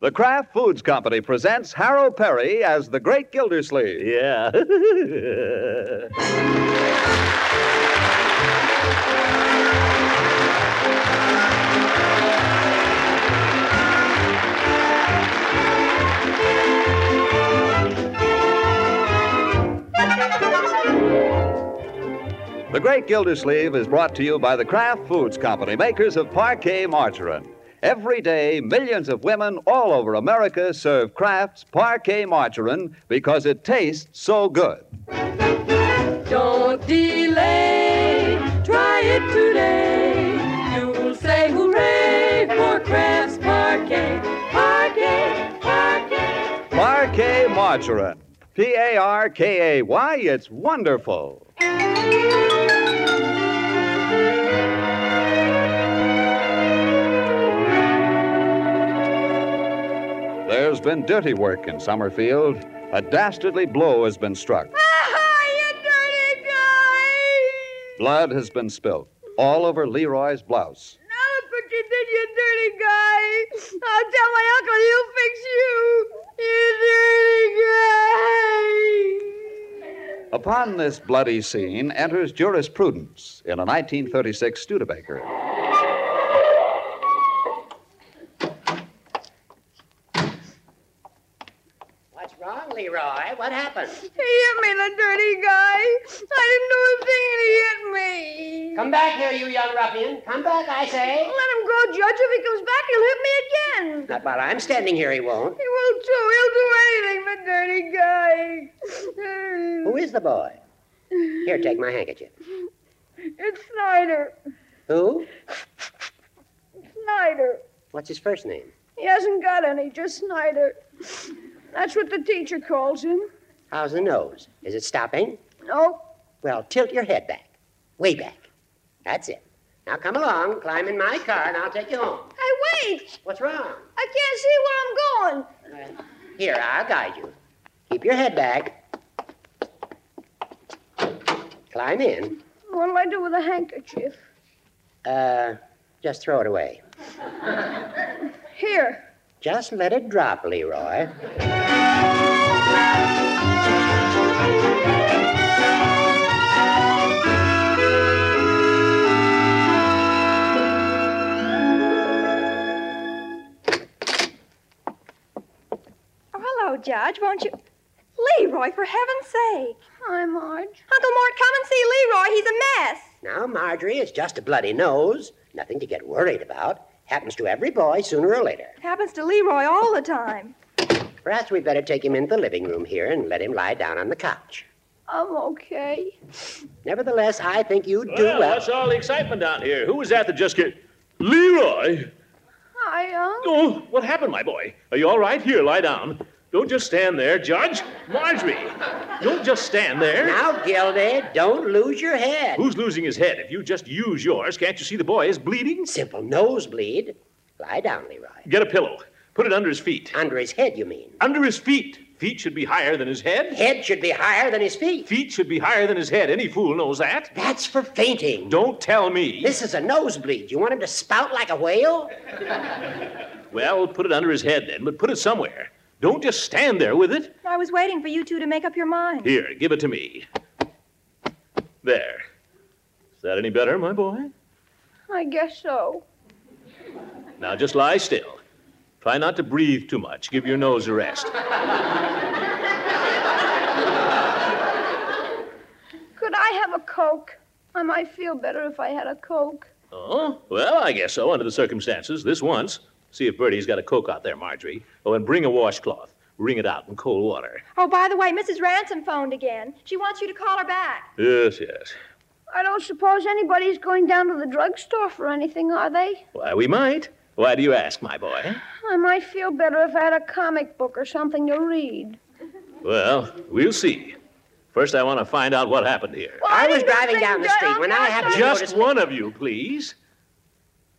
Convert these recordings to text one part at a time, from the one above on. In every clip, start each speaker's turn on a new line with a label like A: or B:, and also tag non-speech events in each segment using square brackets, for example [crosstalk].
A: The Kraft Foods Company presents Harold Perry as the Great Gildersleeve.
B: Yeah.
A: The Great Gildersleeve is brought to you by the Kraft Foods Company, makers of parquet margarine. Every day, millions of women all over America serve Kraft's parquet margarine because it tastes so good.
C: Don't delay, try it today. You'll say hooray for Crafts Parquet, Parquet, Parquet.
A: Parquet margarine. P A R K A Y. It's wonderful. There's been dirty work in Summerfield. A dastardly blow has been struck.
C: Ah, you dirty guy!
A: Blood has been spilt all over Leroy's blouse.
C: Now look what you did, you dirty guy. I'll tell my uncle he'll fix you. You dirty guy.
A: Upon this bloody scene enters jurisprudence in a 1936 Studebaker.
D: What's wrong, Leroy? What happened?
C: He hit me, the dirty guy. I didn't do a thing and he hit me.
D: Come back here, you young ruffian. Come back, I say.
C: Let him go, Judge. If he comes back, he'll hit me again.
D: Not while I'm standing here, he won't.
C: He will too. He'll do anything, the dirty guy.
D: Who is the boy? Here, take my handkerchief.
C: It's Snyder.
D: Who?
C: Snyder.
D: What's his first name?
C: He hasn't got any, just Snyder. That's what the teacher calls him.
D: How's the nose? Is it stopping?
C: No,
D: Well, tilt your head back. Way back. That's it. Now come along, climb in my car, and I'll take you home.
C: hey, wait!
D: What's wrong?
C: I can't see where I'm going.
D: Here, I'll guide you. Keep your head back. Climb in.
C: What'll I do with a handkerchief?
D: Uh, just throw it away.
C: Here.
D: Just let it drop, Leroy.
E: Oh, hello, Judge. Won't you? Leroy, for heaven's sake.
C: Hi, Marge.
E: Uncle Mort, come and see Leroy. He's a mess.
D: Now, Marjorie, it's just a bloody nose. Nothing to get worried about. Happens to every boy sooner or later.
E: Happens to Leroy all the time.
D: Perhaps we'd better take him into the living room here and let him lie down on the couch.
C: I'm okay.
D: Nevertheless, I think you do
B: Well,
D: well.
B: that's all the excitement down here. Who was that that just get. Leroy!
C: Hi, um, Uncle.
B: Oh, what happened, my boy? Are you all right? Here, lie down. Don't just stand there, Judge. Marjorie, don't just stand there.
D: Now, Gildy, don't lose your head.
B: Who's losing his head? If you just use yours, can't you see the boy is bleeding?
D: Simple nosebleed. Lie down, Leroy.
B: Get a pillow. Put it under his feet.
D: Under his head, you mean.
B: Under his feet. Feet should be higher than his head.
D: Head should be higher than his feet.
B: Feet should be higher than his head. Any fool knows that.
D: That's for fainting.
B: Don't tell me.
D: This is a nosebleed. You want him to spout like a whale?
B: Well, put it under his head then, but put it somewhere. Don't just stand there with it.
E: I was waiting for you two to make up your mind.
B: Here, give it to me. There. Is that any better, my boy?
C: I guess so.
B: Now just lie still. Try not to breathe too much. Give your nose a rest.
C: Could I have a Coke? I might feel better if I had a Coke.
B: Oh? Well, I guess so, under the circumstances. This once. See if Bertie's got a Coke out there, Marjorie. Oh, and bring a washcloth. Wring it out in cold water.
E: Oh, by the way, Mrs. Ransom phoned again. She wants you to call her back.
B: Yes, yes.
C: I don't suppose anybody's going down to the drugstore for anything, are they?
B: Why, we might. Why do you ask, my boy?
C: I might feel better if I had a comic book or something to read.
B: Well, we'll see. First, I want to find out what happened here.
D: I was
C: didn't do
D: driving
C: anything,
D: down the
C: Dad.
D: street when I
C: I'm
D: happened to notice.
B: Just one of you, please.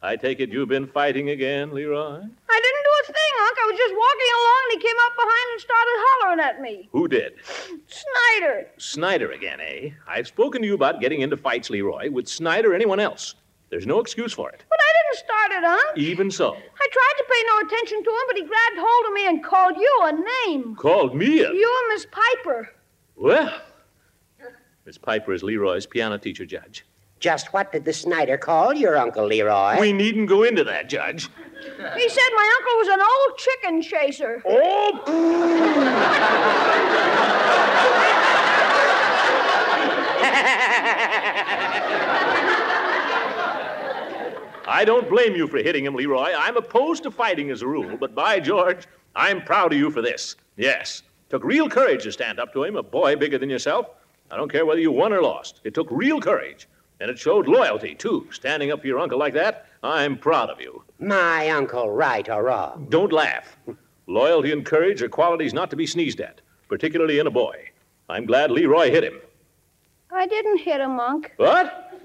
B: I take it you've been fighting again, Leroy?
C: I didn't do a thing, Unc. I was just walking along and he came up behind and started hollering at me.
B: Who did?
C: Snyder.
B: Snyder again, eh? I've spoken to you about getting into fights, Leroy, with Snyder or anyone else. There's no excuse for it.
C: But I didn't start it, huh?
B: Even so,
C: I tried to pay no attention to him, but he grabbed hold of me and called you a name.
B: called me a.
C: You and Miss Piper.
B: Well, Miss Piper is Leroy's piano teacher, Judge.
D: Just what did the Snyder call your Uncle Leroy?
B: We needn't go into that, Judge.
C: He said my uncle was an old chicken chaser.
B: Oh, I don't blame you for hitting him, Leroy. I'm opposed to fighting as a rule, but by George, I'm proud of you for this. Yes. Took real courage to stand up to him, a boy bigger than yourself. I don't care whether you won or lost. It took real courage. And it showed loyalty, too. Standing up for your uncle like that, I'm proud of you.
D: My uncle, right or wrong.
B: Don't laugh. Loyalty and courage are qualities not to be sneezed at, particularly in a boy. I'm glad Leroy hit him.
C: I didn't hit him, Unc.
B: What?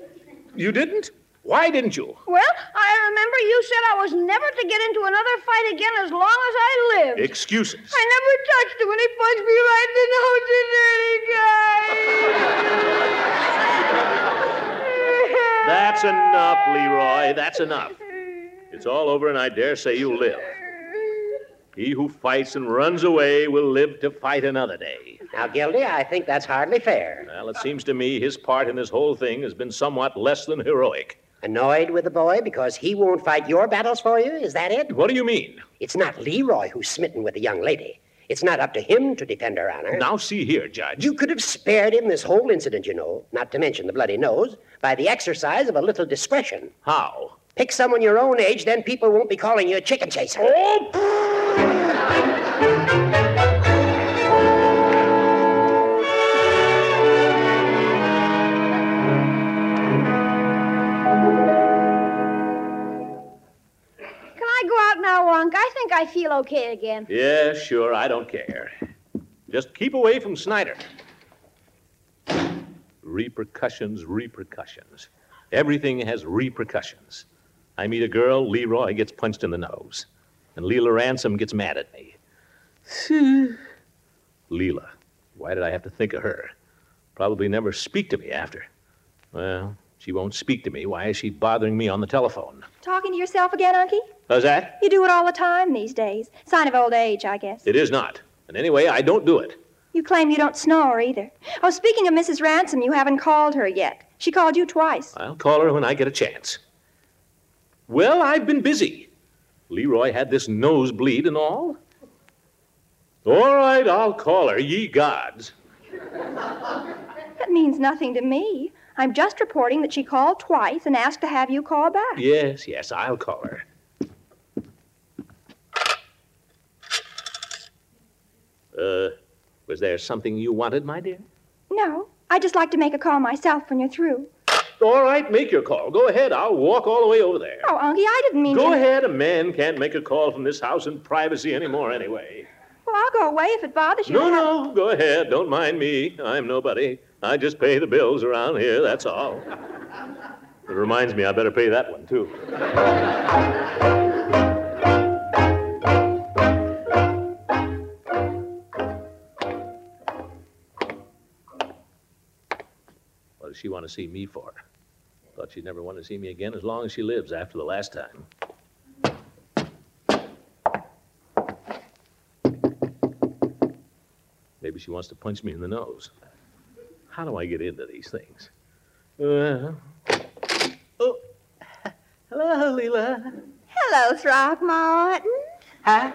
B: You didn't? Why didn't you?
C: Well, I remember you said I was never to get into another fight again as long as I lived.
B: Excuses.
C: I never touched him, and he punched me right in the nose, you dirty guy.
B: That's enough, Leroy. That's enough. It's all over, and I dare say you'll live. He who fights and runs away will live to fight another day.
D: Now, Gildy, I think that's hardly fair.
B: Well, it seems to me his part in this whole thing has been somewhat less than heroic.
D: Annoyed with the boy because he won't fight your battles for you? Is that it?
B: What do you mean?
D: It's not Leroy who's smitten with the young lady. It's not up to him to defend her honor.
B: Now, see here, Judge.
D: You could have spared him this whole incident, you know, not to mention the bloody nose, by the exercise of a little discretion.
B: How?
D: Pick someone your own age, then people won't be calling you a chicken chaser.
B: Oh,
C: Can I go out now, Unc? I think I feel okay again.
B: Yeah, sure, I don't care. Just keep away from Snyder. Repercussions, repercussions. Everything has repercussions. I meet a girl, Leroy gets punched in the nose. And Leela Ransom gets mad at me. Leela. Why did I have to think of her? Probably never speak to me after. Well, she won't speak to me. Why is she bothering me on the telephone?
E: Talking to yourself again, Unky?
B: How's that?
E: You do it all the time these days. Sign of old age, I guess.
B: It is not. And anyway, I don't do it.
E: You claim you don't snore either. Oh, speaking of Mrs. Ransom, you haven't called her yet. She called you twice.
B: I'll call her when I get a chance. Well, I've been busy. Leroy had this nosebleed and all. All right, I'll call her, ye gods.
E: That means nothing to me. I'm just reporting that she called twice and asked to have you call back.
B: Yes, yes, I'll call her. Uh, was there something you wanted, my dear?
E: No, I just like to make a call myself when you're through.
B: All right, make your call. Go ahead. I'll walk all the way over there.
E: Oh, Unky, I didn't mean
B: Go
E: to.
B: ahead. A man can't make a call from this house in privacy anymore, anyway.
E: Well, I'll go away if it bothers you.
B: No, no, go ahead. Don't mind me. I'm nobody. I just pay the bills around here, that's all. It reminds me I better pay that one, too. What does she want to see me for? Thought she'd never want to see me again as long as she lives after the last time. Maybe she wants to punch me in the nose. How do I get into these things? Uh, oh, hello, Leela.
F: Hello, Throckmorton. Huh?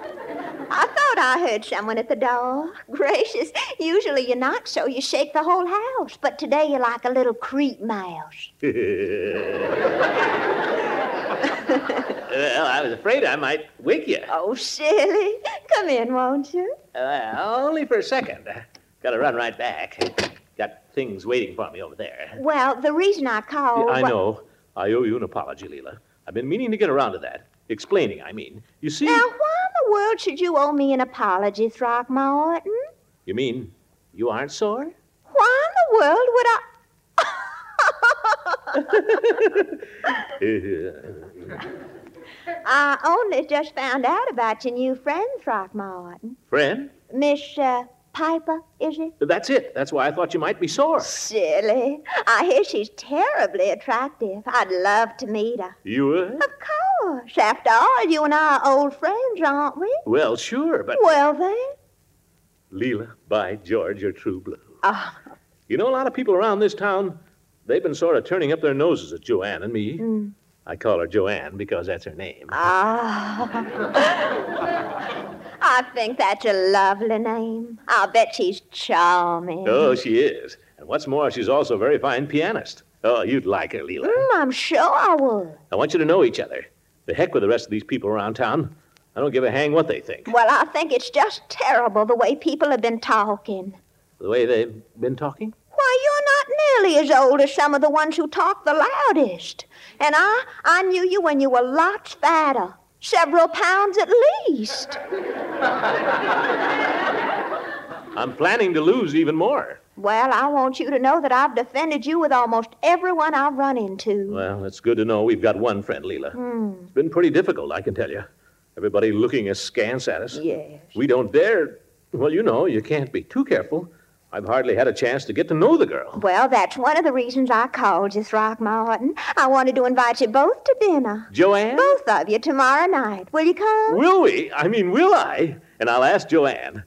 F: I thought I heard someone at the door. Gracious, usually you knock so you shake the whole house, but today you're like a little creep mouse.
B: well, I was afraid I might wake you.
F: Oh, silly. Come in, won't you?
B: Well, only for a second. Got to run right back. Got things waiting for me over there.
F: Well, the reason I called.
B: I
F: wa-
B: know. I owe you an apology, Leela. I've been meaning to get around to that. Explaining, I mean. You see,
F: Now, why in the world should you owe me an apology, Throckmorton?
B: you mean you aren't sore? [laughs]
F: Why in the world would I. [laughs] I only just found out about your new friend, Throckmorton.
B: Friend?
F: Miss uh, Piper, is it?
B: That's it. That's why I thought you might be sore.
F: Silly. I hear she's terribly attractive. I'd love to meet her.
B: You uh, were?
F: Of course. After all, you and I are old friends, aren't we?
B: Well, sure, but.
F: Well, then.
B: Leela, by George, you're true blue.
F: Ah,
B: You know, a lot of people around this town, they've been sort of turning up their noses at Joanne and me.
F: Mm.
B: I call her Joanne because that's her name.
F: ah. [laughs] I think that's a lovely name. I'll bet she's charming.
B: Oh, she is. And what's more, she's also a very fine pianist. Oh, you'd like her, Leela.
F: Mm, I'm sure I would.
B: I want you to know each other. The heck with the rest of these people around town. I don't give a hang what they think.
F: Well, I think it's just terrible the way people have been talking.
B: The way they've been talking.
F: Why, you're not nearly as old as some of the ones who talk the loudest. And I, I knew you when you were lots fatter, several pounds at least.
C: [laughs]
B: I'm planning to lose even more.
F: Well, I want you to know that I've defended you with almost everyone I've run into.
B: Well, it's good to know we've got one friend, Leela.
F: Hmm,
B: It's been pretty difficult, I can tell you. Everybody looking askance at us.
F: yes.
B: We don't dare. Well, you know, you can't be too careful. I've hardly had a chance to get to know the girl.
F: Well, that's one of the reasons I called you, Throckmorton. I wanted to invite you both to dinner.
B: Joanne?
F: Both of you tomorrow night. Will you come?
B: Will we? I mean, will I? And I'll ask Joanne.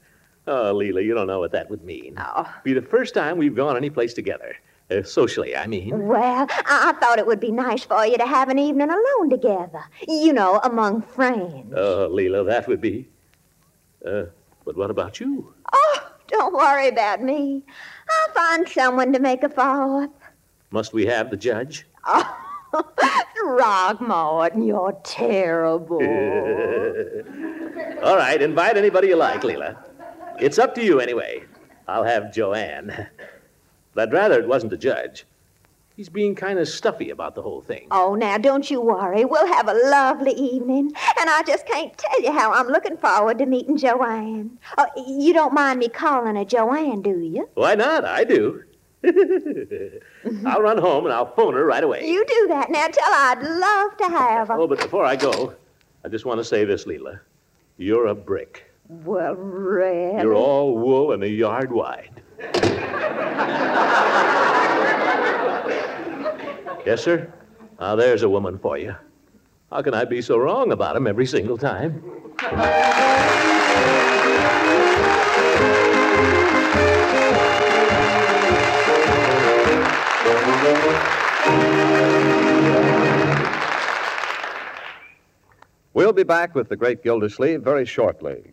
B: Oh, Leela, you don't know what that would mean.
F: Oh.
B: Be the first time we've gone any place together. Uh, socially, I
F: Oh,
B: mean.
F: Well, I-, I thought it would be nice for you to have an evening alone together. You know, among friends.
B: Oh, Leela, that would be. Uh, but what about you?
F: Oh, don't worry about me. I'll find someone to make a [laughs] fourth.
B: Must we have the judge?
F: Oh, Throckmorton, you're
B: [laughs]
F: terrible.
B: All right, invite anybody you like, Leela. It's up to you anyway. I'll have Joanne. [laughs] But I'd rather it wasn't the judge. He's being kind of stuffy about the whole thing.
F: Oh, now don't you worry. We'll have a lovely evening. And I just can't tell you how I'm looking forward to meeting Joanne. Oh, you don't mind me calling her Joanne, do you?
B: Why not? I do. [laughs] I'll run home and I'll phone her right away.
F: You do that now. Tell her I'd love to have her.
B: Oh, but before I go, I just want to say this, Leela. You're a brick.
F: Well, really.
B: You're all wool and a yard wide. yes, sir. Now, there's a woman for you. How can I be so wrong about him every single time?
A: We'll be back with the great Gildersleeve very shortly.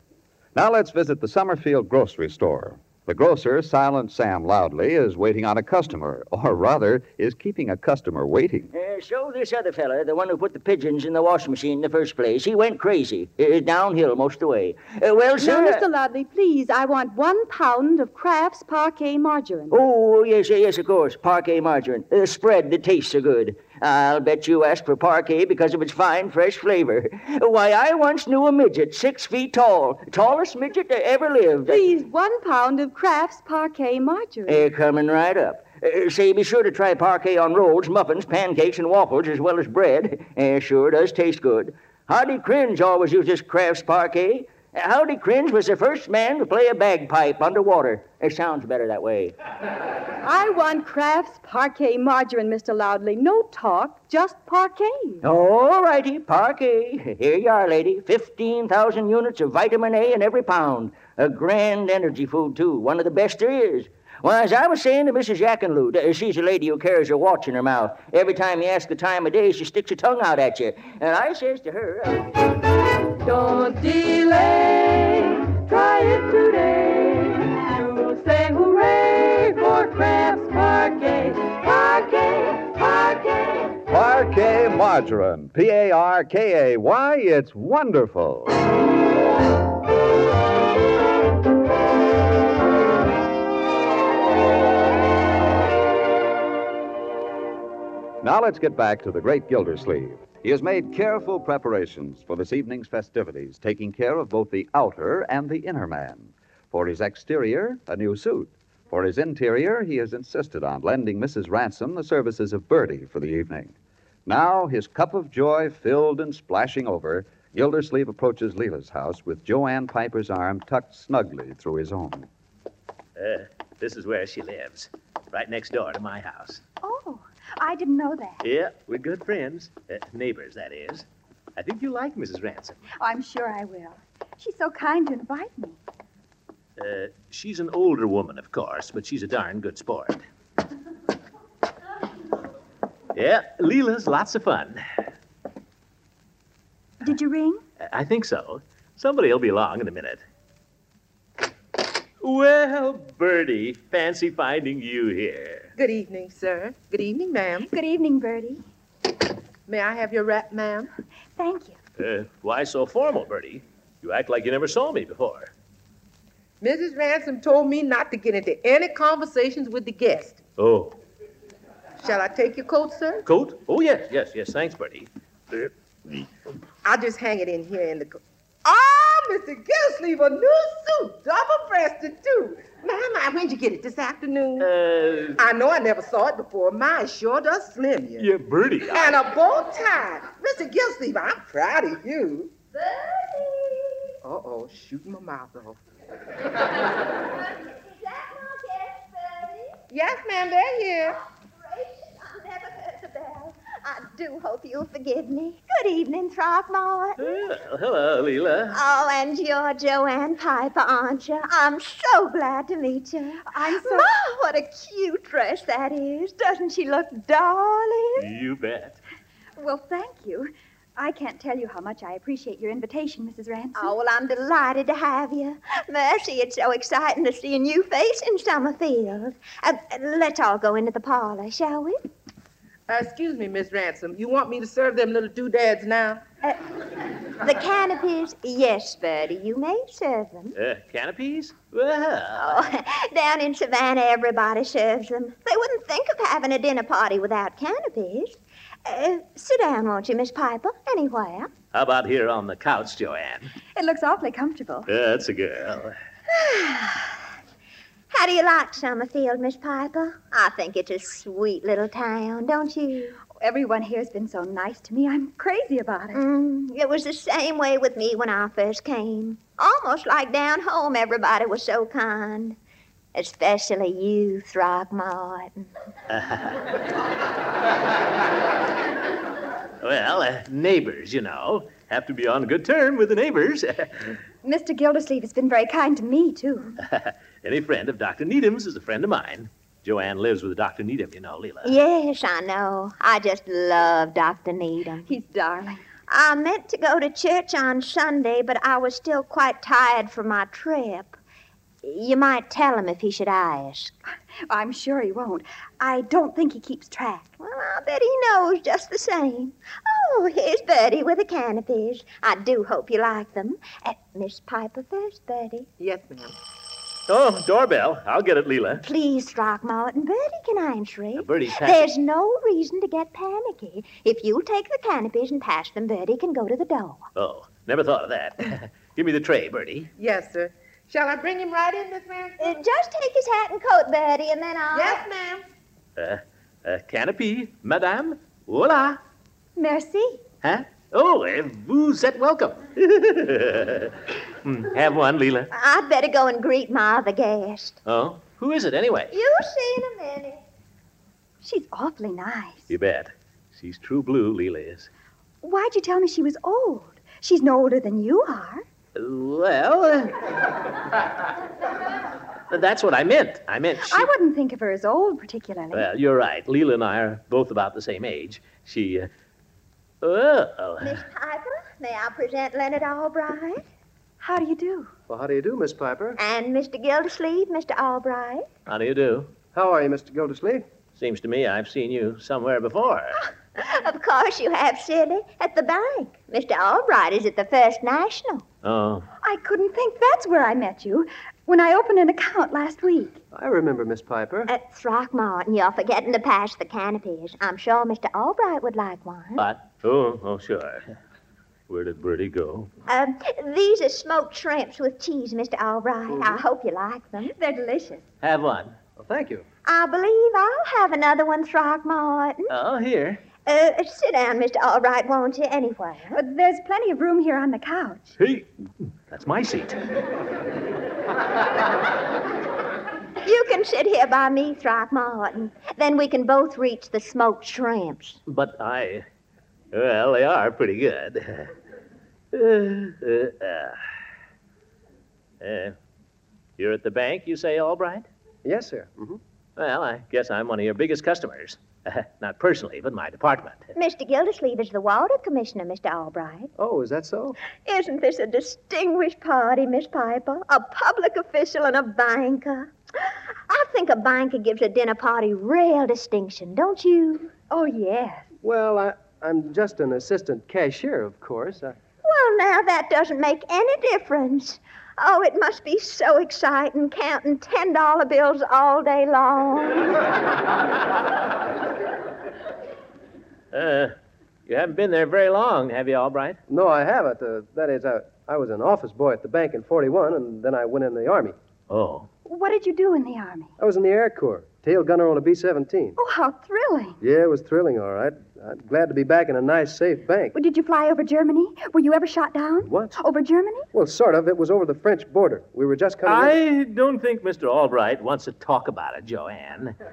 A: Now let's visit the Summerfield grocery store. The grocer, Silent Sam Loudly, is waiting on a customer, or rather, is keeping a customer waiting.
G: Uh, so this other fella, the one who put the pigeons in the washing machine in the first place, he went crazy. Uh, downhill most of the way. Uh, well, sir.
H: Now, Mr. Ludley, please, I want one pound of Kraft's parquet margarine.
G: Oh, yes, yes, of course. Parquet margarine. Uh, spread that tastes so good. I'll bet you asked for parquet because of its fine, fresh flavor. Why, I once knew a midget six feet tall, tallest midget that ever lived.
H: Please, one pound of Kraft's parquet margarine.
G: Uh, coming right up. Uh, say, be sure to try parquet on rolls, muffins, pancakes, and waffles, as well as bread. Uh, sure does taste good. Howdy Cringe always uses Kraft's parquet. Uh, Howdy Cringe was the first man to play a bagpipe underwater. It sounds better that way.
H: I want Kraft's parquet margarine, Mr. Loudly. No talk, just parquet.
G: All righty, parquet. Here you are, lady. 15,000 units of vitamin A in every pound. A grand energy food, too. One of the best there is. Well, as I was saying to Mrs. Yackenloot, uh, she's a lady who carries her watch in her mouth. Every time you ask the time of day, she sticks her tongue out at you. And I says to her, uh,
C: Don't delay, try it today. You'll say hooray for Kraft's Parquet, Parquet, Parquet.
A: Parquet margarine, P A R K A Y, it's wonderful. Now let's get back to the great Gildersleeve. He has made careful preparations for this evening's festivities, taking care of both the outer and the inner man. For his exterior, a new suit. For his interior, he has insisted on lending Mrs. Ransom the services of Bertie for the evening. Now, his cup of joy filled and splashing over, Gildersleeve approaches Leela's house with Joanne Piper's arm tucked snugly through his own.
B: Uh, this is where she lives, right next door to my house.
F: Oh, I didn't know that.
B: Yeah, we're good friends. Uh, neighbors, that is. I think you like Mrs. Ransom.
F: I'm sure I will. She's so kind to invite me.
B: Uh, she's an older woman, of course, but she's a darn good sport. Yeah, Leela's lots of fun.
F: Did you ring?
B: Uh, I think so. Somebody'll be along in a minute. Well, Bertie, fancy finding you here.
I: Good evening, sir. Good evening, ma'am.
F: Good evening, Bertie.
I: May I have your wrap, ma'am?
F: Thank you.
J: Uh, why so formal, Bertie? You act like you never saw me before.
I: Mrs. Ransom told me not to get into any conversations with the guest.
J: Oh,
I: Shall I take your coat, sir?
J: coat? Oh, yes, yes, yes. Thanks, Bertie. Uh,
I: I'll just hang it in here in the coat. Ah, Mr. Gillsleeve, a new suit, double-breasted too. My, my, when'd you get it? This afternoon?
B: Uh,
I: I know I never saw it before. Mine sure does slim you.
B: yeah, Bertie. I-
I: And a bow tie. Mr. Gillsleeve, I'm proud of you. Uh-oh, shooting my mouth off. [laughs] Yes, ma'am, they're here.
F: Gracious, I never heard the bell. I do hope you'll forgive me. Good evening, Throckmorton.
B: Well, hello, Leela.
F: Oh, and you're Joanne Piper, aren't you? I'm so glad to meet you. I'm so. Ma, what a cute dress that is. Doesn't she look darling?
B: You bet.
K: Well, thank you. I can't tell you how much I appreciate your invitation, Mrs. Ransom.
F: Oh, well, I'm delighted to have you. Mercy, it's so exciting to see a new face in Summerfield. Uh, let's all go into the parlor, shall we?
I: Uh, excuse me, Miss Ransom. You want me to serve them little doodads now?
F: Uh, The canopies? Yes, Bertie, you may serve them.
B: Uh, canopies? Well,
F: Oh, [laughs] down in Savannah, everybody serves them. They wouldn't think of having a dinner party without canopies. Uh, sit down, won't you, Miss Piper? Anywhere.
B: how about here on the couch, Joanne?
K: It looks awfully comfortable.
B: That's a girl.
F: How do you like Summerfield, Miss Piper? I think it's a sweet little town, don't you?
K: Everyone here's been so nice to me. I'm crazy about it.
F: Mm, it was the same way with me when I first came. Almost like down home, everybody was so kind. Especially you, Throckmorton.
B: [laughs] Well, uh, neighbors, you know. Have to be on good term with the neighbors. [laughs]
K: Mr. Gildersleeve has been very kind to me, too.
B: Any friend of Dr. Needham's is a friend of mine. Joanne lives with Dr. Needham, you know, Leela.
F: Yes, I know. I just love Dr. Needham.
K: He's darling.
F: I meant to go to church on Sunday, but I was still quite tired from my trip. You might tell him if he should ask.
K: I'm sure he won't. I don't think he keeps track.
F: Well, I bet he knows just the same. Oh, here's Bertie with the canopies. I do hope you like them. Uh, Miss Piper first, Bertie.
I: Yes, ma'am.
B: Oh, doorbell. I'll get it, Leela.
F: Please, Throckmorton, Bertie can answer it.
B: Bertie's
F: There's no reason to get panicky. If you take the canopies and pass them, Bertie can go to the door.
B: Oh, never thought of that. [laughs] Give me the tray, Bertie.
I: Yes, sir. Shall I bring him right in, Miss Ransom?
F: Uh, just take his hat and coat, Bertie, and then I'll.
I: Yes, ma'am.
B: Uh, uh, canopy, madame. Hola.
K: Merci.
B: Huh? Oh, uh, vous êtes welcome. [laughs] Hmm, Have one, Leela.
F: I'd better go and greet my other guest.
B: Oh, who is it anyway?
F: You'll see in a minute.
K: She's awfully nice.
B: You bet. She's true blue, Leela is.
K: Why'd you tell me she was old? She's no older than you are.
B: Well, uh, that's what I meant. I meant she.
K: I wouldn't think of her as old, particularly.
B: Well, you're right. Leela and I are both about the same age. She. Uh... Oh.
F: Miss Piper, may I present Leonard Albright?
K: How do you do?
L: Well, how do you do, Miss Piper?
F: And Mr. Gildersleeve, Mr. Albright.
B: How do you do?
L: How are you, Mr. Gildersleeve?
B: Seems to me I've seen you somewhere before.
F: Of course you have, Sidney, at the bank. Mr. Albright is at the First National.
B: Oh,
K: I couldn't think that's where I met you when I opened an account last week.
L: I remember Miss Piper.
F: At Throckmorton, you're forgetting to pass the canopies. I'm sure Mr. Albright would like one.
B: but. Oh, oh, sure. Where did Bertie go?
F: Um, these are smoked shrimps with cheese, Mr. Albright. I hope you like them.
K: They're delicious.
B: Have one.
L: Well, thank you.
F: I believe I'll have another one, Throckmorton.
B: Oh, here.
F: Uh, sit down, Mr. Albright, won't you, anywhere?
K: But there's plenty of room here on the couch.
B: Hey, that's my seat.
F: You can sit here by me, Throckmorton. Then we can both reach the smoked shrimps.
B: But I. Well, they are pretty good. Uh, uh, uh, you're at the bank, you say, Albright?
L: Yes, sir. Mm-hmm.
B: Well, I guess I'm one of your biggest customers. Uh, Not personally, but my department.
F: Mr. Gildersleeve is the water commissioner, Mr. Albright.
L: Oh, is that so?
F: Isn't this a distinguished party, Miss Piper? A public official and a banker. I think a banker gives a dinner party real distinction, don't you? Oh, yes.
L: Well, I, I'm just an assistant cashier, of course. I,
F: Well, now that doesn't make any difference. Oh, it must be so exciting counting $10 bills all day long.
B: Uh, you haven't been there very long, have you, Albright?
L: no, I haven't. Uh, that is, I, I was an office boy at the bank in 41, and then I went in the Army.
B: Oh.
M: What did you do in the Army?
L: I was in the Air Corps, tail gunner on a B 17.
M: Oh, how thrilling.
L: Yeah, it was thrilling, all right. I'm glad to be back in a nice, safe bank.
M: Well, Did you fly over Germany? Were you ever shot down?
L: What?
M: Over Germany?
L: Well, sort of. It was over the French border. We were just coming. in-
B: I don't think Mr. Albright wants to talk about it, Joanne. Uh,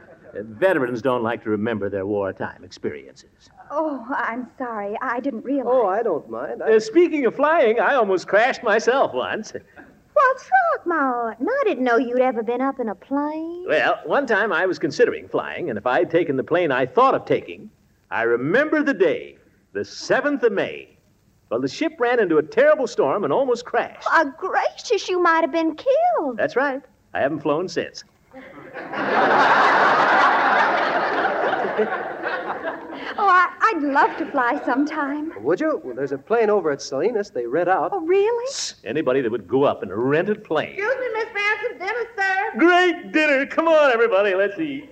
B: veterans don't like to remember their wartime experiences.
M: Oh, I'm sorry. I didn't realize.
L: Oh, I don't mind.
B: Uh, speaking of flying, I almost crashed myself once.
F: Well, Throckmorton, I didn't know you'd ever been up in a plane.
B: Well, one time I was considering flying, and if I had taken the plane I thought of taking, I remember the day, the 7th of May. Well, the ship ran into a terrible storm and almost crashed.
F: Ah, gracious, you might have been killed.
B: That's right. I haven't flown since.
M: Oh, I, I'd love to fly sometime.
L: Would you? Well, there's a plane over at Salinas. They rent out.
M: Oh, really?
B: Anybody that would go up in a rented plane.
N: Excuse me, Miss Ransom, dinner, sir.
B: Great dinner! Come on, everybody, let's eat.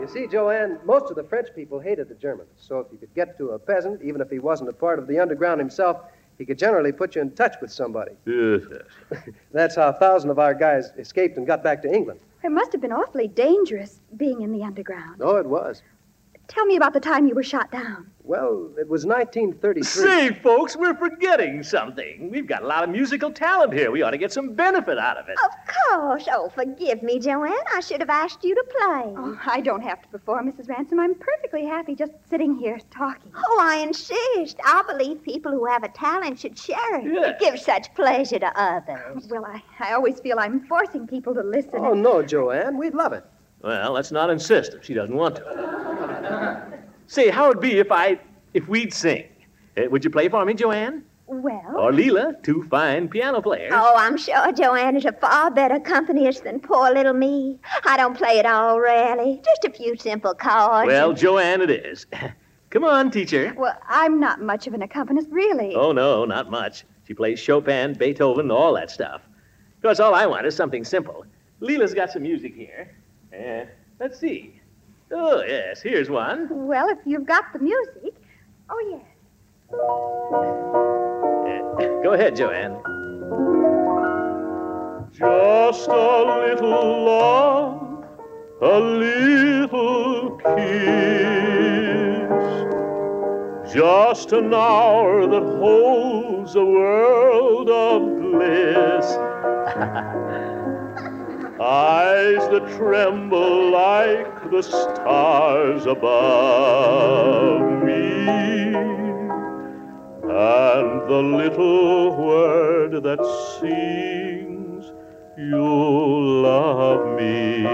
L: You see, Joanne, most of the French people hated the Germans. So if you could get to a peasant, even if he wasn't a part of the underground himself, he could generally put you in touch with somebody. [laughs]
B: Yes, yes.
L: That's how a thousand of our guys escaped and got back to England.
M: It must have been awfully dangerous being in the underground.
L: Oh, it was.
M: Tell me about the time you were shot down.
L: Well, it was 1933.
B: Say, folks, we're forgetting something. We've got a lot of musical talent here. We ought to get some benefit out of it.
F: Of course. Oh, forgive me, Joanne. I should have asked you to play.
M: Oh, I don't have to perform, Mrs. Ransom. I'm perfectly happy just sitting here talking.
F: Oh, I insist. I believe people who have a talent should share it.
L: Yes.
F: It gives such pleasure to others.
M: Well, I, I always feel I'm forcing people to listen.
L: Oh, no, Joanne. We'd love it.
B: Well, let's not insist if she doesn't want to.
L: [laughs]
B: Say, how would it be if I if we'd sing? Uh, would you play for me, Joanne?
F: Well.
L: Oh.
B: Or Leela, two fine piano players.
F: Oh, I'm sure Joanne is a far better accompanist than poor little me. I don't play at all, really. Just a few simple chords.
B: well, Joanne it is. [laughs] Come on, teacher.
M: Well, I'm not much of an accompanist, really.
B: Oh no, not much. She plays Chopin, Beethoven, all that stuff. Of course, all I want is something simple. Leela's got some music here. Uh, let's see. Oh, yes, here's one.
M: Well, if you've got the music. Oh, yes.
B: Go ahead, Joanne.
O: Just a little love, a little kiss. Just an hour that holds a world of bliss. [laughs] Eyes that tremble like the stars above me. And the little word that sings, You love me.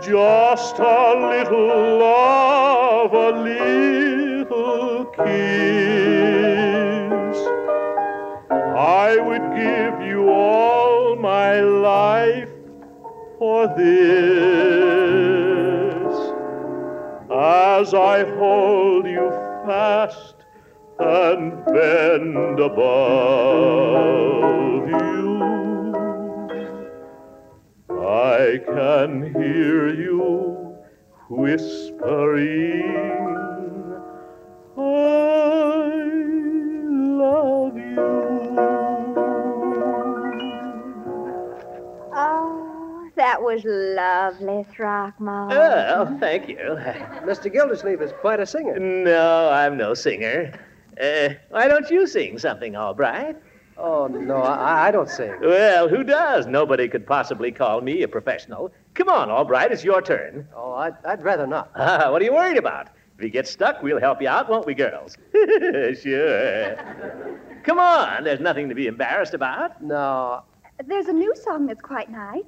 O: Just a little love, a little kiss. I would give you all my life for this. As I hold you fast and bend above you, I can hear you whispering, I love you.
F: that Oh, That was lovely, Throckmorton.
B: Oh, thank
L: [laughs]
B: you.
P: Mr. Gildersleeve is quite a singer.
B: No, I'm no singer. Uh, why don't you sing something, Albright?
P: Oh, no, I, I don't sing.
B: Well, who does? Nobody could possibly call me a professional. Come on, Albright, it's your turn. [laughs]
P: Oh, I'd, I'd rather not.
B: Ah, what are you worried about? If you get stuck, we'll help you out, won't we, girls? [laughs] sure. Come on, there's nothing to be embarrassed about.
P: No.
Q: There's a new song that's quite nice.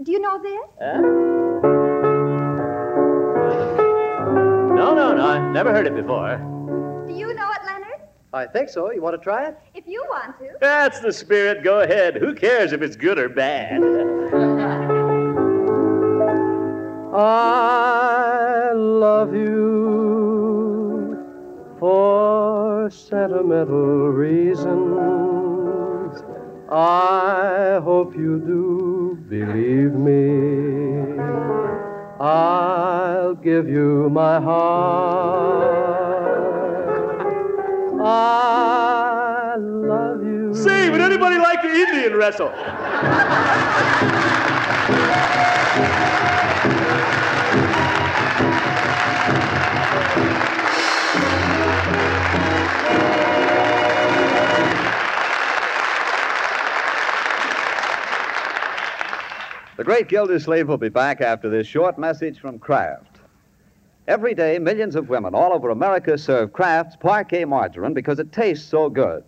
Q: Do you know this?
B: No, no, no, I've never heard it before.
Q: Do you know it, Leonard?
P: I think so. You want to try it?
Q: If you want to.
B: That's the spirit. Go ahead. Who cares if it's good or bad?
L: I love you for sentimental reasons. I hope you do believe me. I'll give you my heart. I love you.
R: See, would anybody like the Indian wrestle?
A: The great Gildersleeve will be back after this short message from Kraft. Every day, millions of women all over America serve Kraft's parquet margarine because it tastes so good.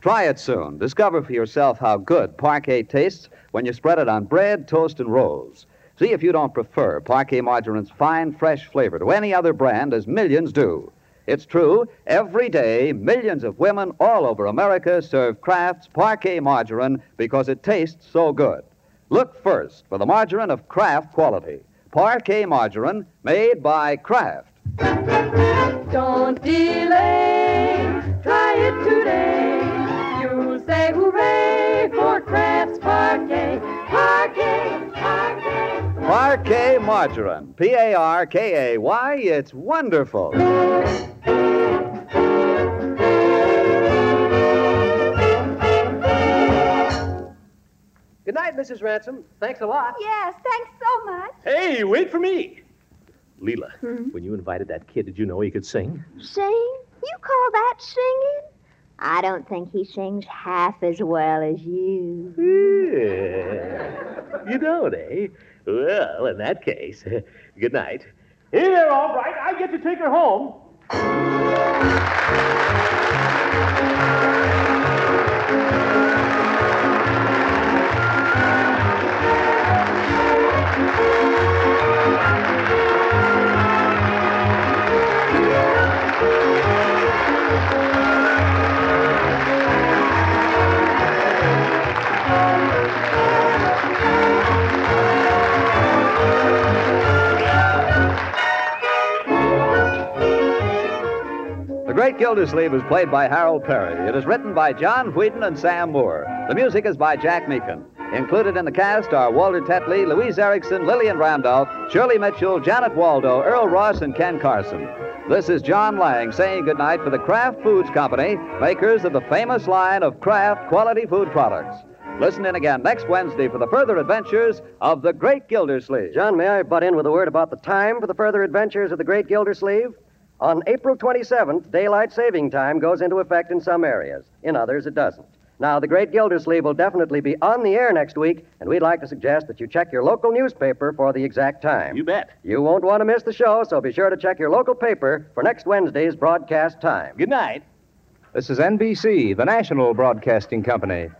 A: Try it soon. Discover for yourself how good parquet tastes when you spread it on bread, toast, and rolls. See if you don't prefer parquet margarine's fine, fresh flavor to any other brand as millions do. It's true, every day, millions of women all over America serve Kraft's parquet margarine because it tastes so good. Look first for the margarine of Kraft quality. Parquet margarine made by Kraft.
L: Don't delay, try it today. You'll say hooray for Kraft's Parquet, Parquet, Parquet.
A: Parquet margarine. P A R K A Y. It's wonderful.
P: Good night, Mrs. Ransom. Thanks a lot.
Q: Yes, thanks so much.
R: Hey, wait for me. Leela,
L: Hmm?
R: when you invited that kid, did you know he could sing?
F: Sing? You call that singing? I don't think he sings half as well as you.
R: [laughs]
B: Yeah. You don't, eh? Well, in that
R: [laughs]
B: case, good night.
R: Here, all right. I get to take her home.
A: The Great Gildersleeve is played by Harold Perry. It is written by John Wheaton and Sam Moore. The music is by Jack Meakin. Included in the cast are Walter Tetley, Louise Erickson, Lillian Randolph, Shirley Mitchell, Janet Waldo, Earl Ross, and Ken Carson. This is John Lang saying goodnight for the Kraft Foods Company, makers of the famous line of Kraft quality food products. Listen in again next Wednesday for the further adventures of the Great Gildersleeve.
P: John, may I butt in with a word about the time for the further adventures of the Great Gildersleeve? On April 27th, daylight saving time goes into effect in some areas. In others, it doesn't. Now, the Great Gildersleeve will definitely be on the air next week, and we'd like to suggest that you check your local newspaper for the exact time. You
B: bet.
P: You won't want to miss the show, so be sure to check your local paper for next Wednesday's broadcast time.
B: Good night.
S: This is NBC, the national broadcasting company.